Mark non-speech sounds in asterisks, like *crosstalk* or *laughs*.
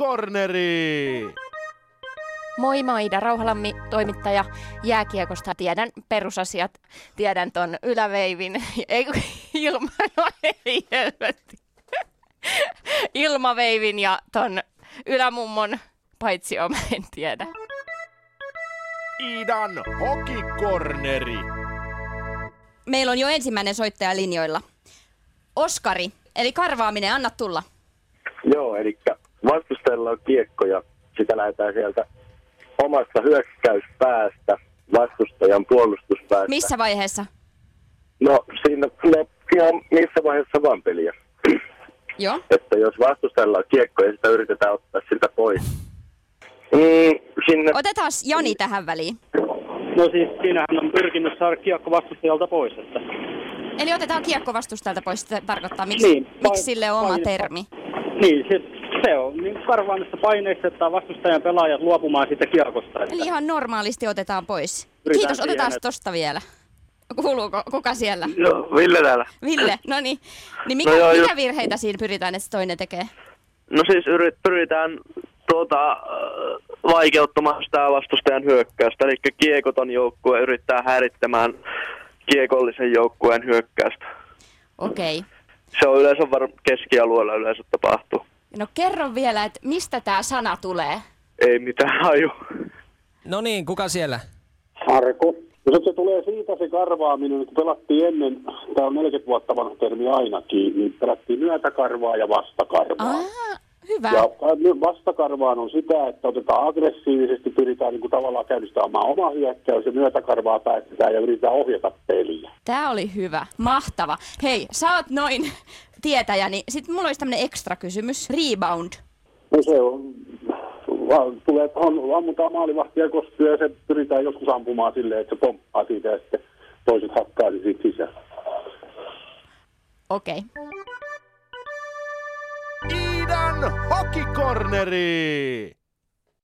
Hokikorneri! Moi, mä oon Ida Rauhalammi, toimittaja jääkiekosta. Tiedän perusasiat, tiedän ton yläveivin, *laughs* ei kun ilma, no ei helvetti. Ilmaveivin ja ton ylämummon, paitsi mä en tiedä. Idan Hokikorneri! Meillä on jo ensimmäinen soittaja linjoilla. Oskari, eli karvaaminen, anna tulla. Joo, eli vastustajalla on kiekko ja sitä lähdetään sieltä omasta hyökkäyspäästä vastustajan puolustuspäästä. Missä vaiheessa? No siinä no, ihan missä vaiheessa vaan peliä. *clears throat* Joo. Että jos vastustajalla on kiekko ja sitä yritetään ottaa siltä pois. Mm, sinne, Otetaan Jani tähän väliin. No siis siinähän on pyrkimys saada kiekko vastustajalta pois. Että. Eli otetaan kiekko vastustajalta pois, se tarkoittaa, miksi, Niin, niin, pain- miksi sille on oma pain- termi. Niin, se, se on niin karvaamista paineista, että vastustajan pelaajat luopumaan siitä kiekosta. Että. Eli ihan normaalisti otetaan pois. Pyritään Kiitos, siihen, otetaan että- tosta vielä. Kuuluuko, kuka *laughs* siellä? Joo, Ville täällä. Ville, no niin. Niin mikä, No joo, mikä ju- virheitä siinä pyritään, että se toinen tekee? No siis yri, pyritään tuota, äh, vaikeuttamaan sitä vastustajan hyökkäystä, eli kiekoton joukkue yrittää häirittämään kiekollisen joukkueen hyökkäystä. Okei. Okay. Se on yleensä var- keskialueella yleensä tapahtuu. No kerro vielä, että mistä tämä sana tulee? Ei mitään haju. No niin, kuka siellä? Harku. No se- se tulee siitä se karvaaminen, kun pelattiin ennen, tämä on 40 vuotta vanha termi ainakin, niin pelattiin myötäkarvaa ja vastakarvaa. Ah, hyvä. Ja ka- vastakarvaan on sitä, että otetaan aggressiivisesti, pyritään niin kuin tavallaan käynnistämään oma hyökkäys ja myötäkarvaa päästetään ja yritetään ohjata peliä. Tämä oli hyvä. Mahtava. Hei, sä oot noin tietäjä, niin sitten mulla olisi tämmönen ekstra kysymys. Rebound. No se on, va- tulee tuohon, ammutaan maalivahtia koskee ja se pyritään joskus ampumaan silleen, että se pomppaa siitä ja sitten toiset hakkaa sen siitä sisään. Okei. Okay. Idan Hokikorneri!